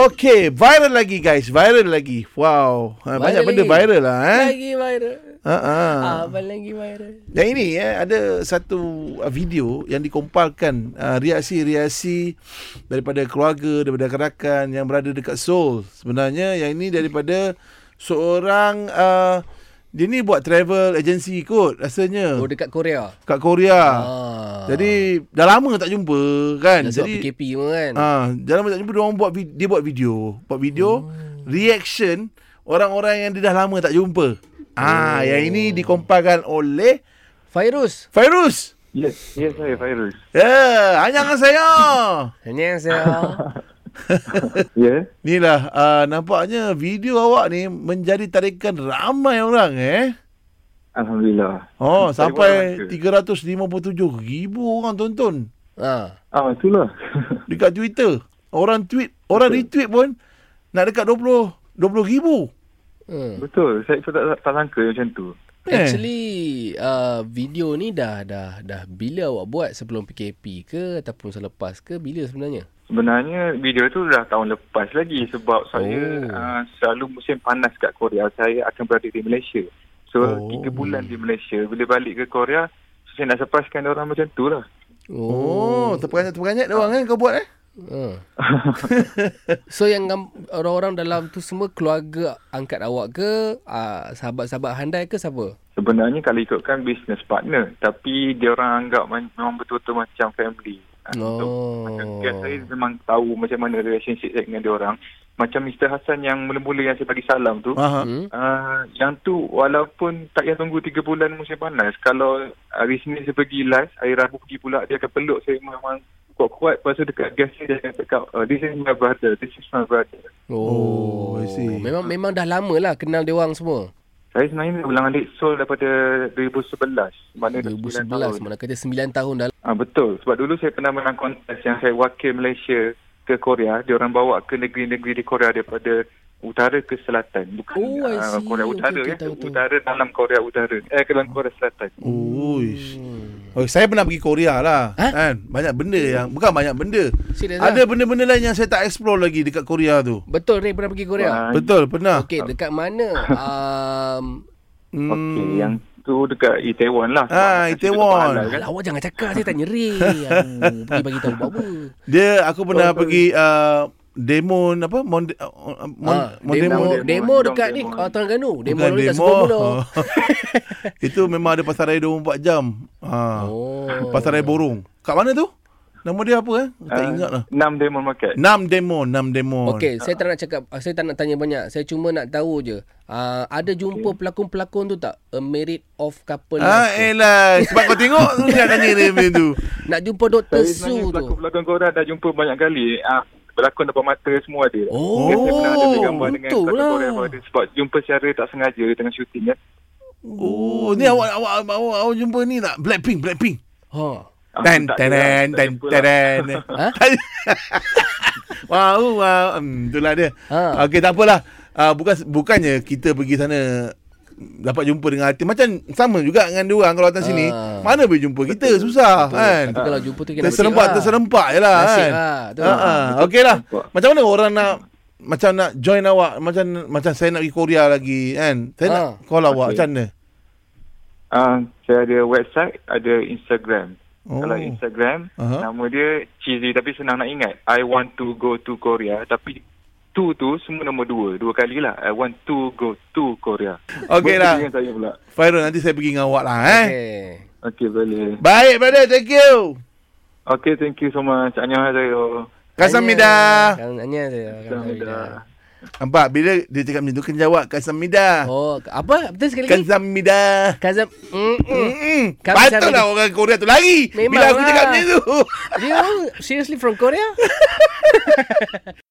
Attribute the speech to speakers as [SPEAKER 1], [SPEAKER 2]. [SPEAKER 1] Okey, viral lagi guys, viral lagi. Wow, ha,
[SPEAKER 2] Viral
[SPEAKER 1] banyak benda
[SPEAKER 2] lagi.
[SPEAKER 1] viral lah eh.
[SPEAKER 2] Lagi viral.
[SPEAKER 1] Ha ah.
[SPEAKER 2] Ah, Apa lagi viral?
[SPEAKER 1] Yang ini eh ada satu ah, video yang dikompalkan uh, reaksi-reaksi daripada keluarga, daripada rakan yang berada dekat Seoul. Sebenarnya yang ini daripada seorang uh, dia ni buat travel agency kot rasanya
[SPEAKER 2] Oh dekat Korea.
[SPEAKER 1] kat Korea.
[SPEAKER 2] Ah.
[SPEAKER 1] Jadi dah lama tak jumpa kan.
[SPEAKER 2] dah sebab
[SPEAKER 1] Jadi
[SPEAKER 2] PKP pun kan.
[SPEAKER 1] Ah, ha, dalam tak jumpa dia orang buat vi- dia buat video, buat video hmm. reaction orang-orang yang dia dah lama tak jumpa. Ah, ha, yang ini dikompalkan oleh
[SPEAKER 2] Fairuz.
[SPEAKER 1] Fairuz.
[SPEAKER 3] Yes, yes saya Fairuz.
[SPEAKER 1] Ya, yeah, anjangan saya.
[SPEAKER 2] Annyeonghaseyo.
[SPEAKER 3] Ya.
[SPEAKER 1] Inilah uh, nampaknya video awak ni menjadi tarikan ramai orang eh.
[SPEAKER 3] Alhamdulillah.
[SPEAKER 1] Oh,
[SPEAKER 3] Saya
[SPEAKER 1] sampai
[SPEAKER 3] buat
[SPEAKER 1] 357,000 orang tonton
[SPEAKER 2] ah.
[SPEAKER 3] Ah, itulah.
[SPEAKER 1] dekat Twitter. Orang tweet, orang retweet pun nak dekat 20 20,000.
[SPEAKER 2] Hmm.
[SPEAKER 3] Betul. Saya pun tak, tak sangka macam tu.
[SPEAKER 1] Eh.
[SPEAKER 2] Actually uh, video ni dah dah dah bila awak buat sebelum PKP ke ataupun selepas ke bila sebenarnya?
[SPEAKER 3] Sebenarnya video tu dah tahun lepas lagi sebab saya
[SPEAKER 2] Oh.
[SPEAKER 3] uh, selalu musim panas kat Korea. Saya akan berada di Malaysia. So,
[SPEAKER 1] Oh.
[SPEAKER 3] tiga bulan di Malaysia. Bila balik ke Korea, so saya nak surprisekan orang macam tu lah.
[SPEAKER 1] Oh, terperanjat-terperanjat dia orang kan kau buat eh?
[SPEAKER 2] Ah. so yang gam- orang-orang dalam tu semua keluarga angkat awak ke uh, sahabat-sahabat handai ke siapa?
[SPEAKER 3] Sebenarnya kalau ikutkan business partner. Tapi dia orang anggap man, memang betul-betul macam family. Ah, so,
[SPEAKER 2] Oh.
[SPEAKER 3] Macam Guest saya memang tahu macam mana relationship saya dengan dia orang. Macam Mr. Hassan yang mula-mula yang saya bagi salam tu.
[SPEAKER 1] Aha.
[SPEAKER 2] Hmm?
[SPEAKER 3] Uh, yang tu walaupun tak payah tunggu 3 bulan musim panas. Kalau hari Senin saya pergi live, hari Rabu pergi pula dia akan peluk saya memang kuat-kuat. Lepas tu dekat guest saya dia akan cakap, uh, this is my brother, this is my brother.
[SPEAKER 2] Oh,
[SPEAKER 1] Oh, I see.
[SPEAKER 2] Memang memang dah lama lah kenal dia orang semua.
[SPEAKER 3] Saya sebenarnya ulang alik Seoul daripada 2011. Mana dah
[SPEAKER 2] 2011
[SPEAKER 3] 9 tahun.
[SPEAKER 2] mana kata 9 tahun dah.
[SPEAKER 3] Ah betul. Sebab dulu saya pernah menang kontes yang saya wakil Malaysia ke Korea. Dia orang bawa ke negeri-negeri di Korea daripada utara ke selatan. Bukan
[SPEAKER 2] Oh, I
[SPEAKER 3] ah,
[SPEAKER 2] see.
[SPEAKER 3] Korea
[SPEAKER 2] Okey,
[SPEAKER 3] Utara
[SPEAKER 2] okey,
[SPEAKER 3] ya.
[SPEAKER 2] tahu, tahu.
[SPEAKER 3] Utara dalam Korea Utara. Eh ke dalam Korea Selatan.
[SPEAKER 1] Uish. Oh, saya pernah pergi Korea lah
[SPEAKER 2] Ha?
[SPEAKER 1] kan. Banyak benda yang bukan banyak benda.
[SPEAKER 2] Serius
[SPEAKER 1] Ada
[SPEAKER 2] Ada
[SPEAKER 1] benda-benda lain yang saya tak explore lagi dekat Korea tu.
[SPEAKER 2] Betul ni pernah pergi Korea.
[SPEAKER 3] Ah,
[SPEAKER 1] Betul, pernah.
[SPEAKER 2] Okey, dekat mana? Um,
[SPEAKER 1] Hmm.
[SPEAKER 3] Okey, yang tu dekat Itaewon lah.
[SPEAKER 1] Ah,
[SPEAKER 3] Sebab kat situ
[SPEAKER 1] Itaewon.
[SPEAKER 3] tempat halal kan.
[SPEAKER 2] Alah, awak jangan cakap saya tak nyeri. Aduh, pergi bagi tahu buat apa.
[SPEAKER 1] Dia aku pernah
[SPEAKER 3] Oh, sorry.
[SPEAKER 1] pergi uh, Demon apa Mon, uh, Mon,
[SPEAKER 2] Ah,
[SPEAKER 1] Mon
[SPEAKER 2] demo,
[SPEAKER 1] Demon.
[SPEAKER 2] demo,
[SPEAKER 3] demo,
[SPEAKER 2] dekat ni
[SPEAKER 3] demo.
[SPEAKER 2] uh, Terengganu. Demo
[SPEAKER 1] Bukan
[SPEAKER 2] ni kat
[SPEAKER 1] demo. Oh.
[SPEAKER 2] Supermuno.
[SPEAKER 1] Itu memang ada pasarai 24 jam. Ha. Oh.
[SPEAKER 2] Oh.
[SPEAKER 1] Pasarai Borong. Kat mana tu? Nama dia apa eh? Aku tak
[SPEAKER 3] Ah,
[SPEAKER 1] ingat lah.
[SPEAKER 3] Nam Demon Market.
[SPEAKER 1] Nam Demon, Nam Demon.
[SPEAKER 2] Okey, saya tak nak cakap, uh, saya tak nak tanya banyak. Saya cuma nak tahu je. Uh, ada jumpa pelakon-pelakon tu tak? A married of couple.
[SPEAKER 1] Ah,
[SPEAKER 2] tu.
[SPEAKER 1] elah. Sebab kau tengok tu dia tanya dia macam tu.
[SPEAKER 2] Nak jumpa Dr.
[SPEAKER 3] Saya sebenarnya
[SPEAKER 2] Su tu.
[SPEAKER 3] pelakon-pelakon Korea dah jumpa banyak kali. Ah, berlakon depan mata semua ada.
[SPEAKER 2] Oh,
[SPEAKER 3] Saya pernah ada bergambar dengan
[SPEAKER 2] betul
[SPEAKER 3] pelakon
[SPEAKER 2] lah.
[SPEAKER 3] Korea pada sebab jumpa secara tak sengaja tengah syuting ya.
[SPEAKER 1] Oh, ni awak awak awak, awak, awak jumpa ni tak? Blackpink, Blackpink.
[SPEAKER 2] Ha.
[SPEAKER 3] Ah,
[SPEAKER 1] Ten
[SPEAKER 3] tak
[SPEAKER 1] ten
[SPEAKER 3] ada lah,
[SPEAKER 1] ten
[SPEAKER 3] tak
[SPEAKER 1] ten
[SPEAKER 3] jumpa lah.
[SPEAKER 1] ten.
[SPEAKER 2] Ha?
[SPEAKER 1] Wow, wow. Hmm, itulah dia.
[SPEAKER 2] Ha.
[SPEAKER 1] Okey, tak apalah. Uh, bukan bukannya kita pergi sana dapat jumpa dengan artis macam sama juga dengan dia orang kalau datang sini
[SPEAKER 2] Ah.
[SPEAKER 1] mana boleh jumpa kita susah kan
[SPEAKER 2] Tapi kalau jumpa tu kena
[SPEAKER 1] terserempak
[SPEAKER 2] bercakap lah.
[SPEAKER 1] terserempak je lah
[SPEAKER 2] Nasib
[SPEAKER 1] kan
[SPEAKER 2] lah, tu.
[SPEAKER 1] ha ah okeylah
[SPEAKER 3] Nampak.
[SPEAKER 1] macam mana orang nak macam nak join awak macam macam saya nak pergi Korea lagi kan saya
[SPEAKER 2] Ha.
[SPEAKER 1] nak call awak
[SPEAKER 3] Okey.
[SPEAKER 1] macam mana
[SPEAKER 3] Ah, saya ada website, ada Instagram.
[SPEAKER 1] Oh.
[SPEAKER 3] Kalau Instagram,
[SPEAKER 1] Aha.
[SPEAKER 3] nama dia cheesy tapi senang nak ingat. I want to go to Korea tapi tu tu semua nombor dua. Dua kali lah. I want to go to Korea.
[SPEAKER 1] Okey lah.
[SPEAKER 3] Boleh dengan saya pula.
[SPEAKER 1] Fairul nanti saya pergi dengan awak lah eh
[SPEAKER 2] Okey.
[SPEAKER 3] Okey, boleh.
[SPEAKER 1] baik brother thank you
[SPEAKER 3] Okey, thank you so much. Annyeonghaseyo.
[SPEAKER 1] Kasamida.
[SPEAKER 2] Tanya saya.
[SPEAKER 3] Annyeonghaseyo.
[SPEAKER 1] Nampak bila dia cakap macam tu kena jawab Kasamida.
[SPEAKER 2] Oh, apa? Betul sekali lagi. Hmm.
[SPEAKER 1] Kasamida.
[SPEAKER 2] Kazam. Mm-mm.
[SPEAKER 1] Mm-mm.
[SPEAKER 2] Kasamida.
[SPEAKER 1] Patutlah orang Korea tu lari. Bila aku
[SPEAKER 2] Memanglah.
[SPEAKER 1] cakap macam tu.
[SPEAKER 2] Do you seriously from Korea?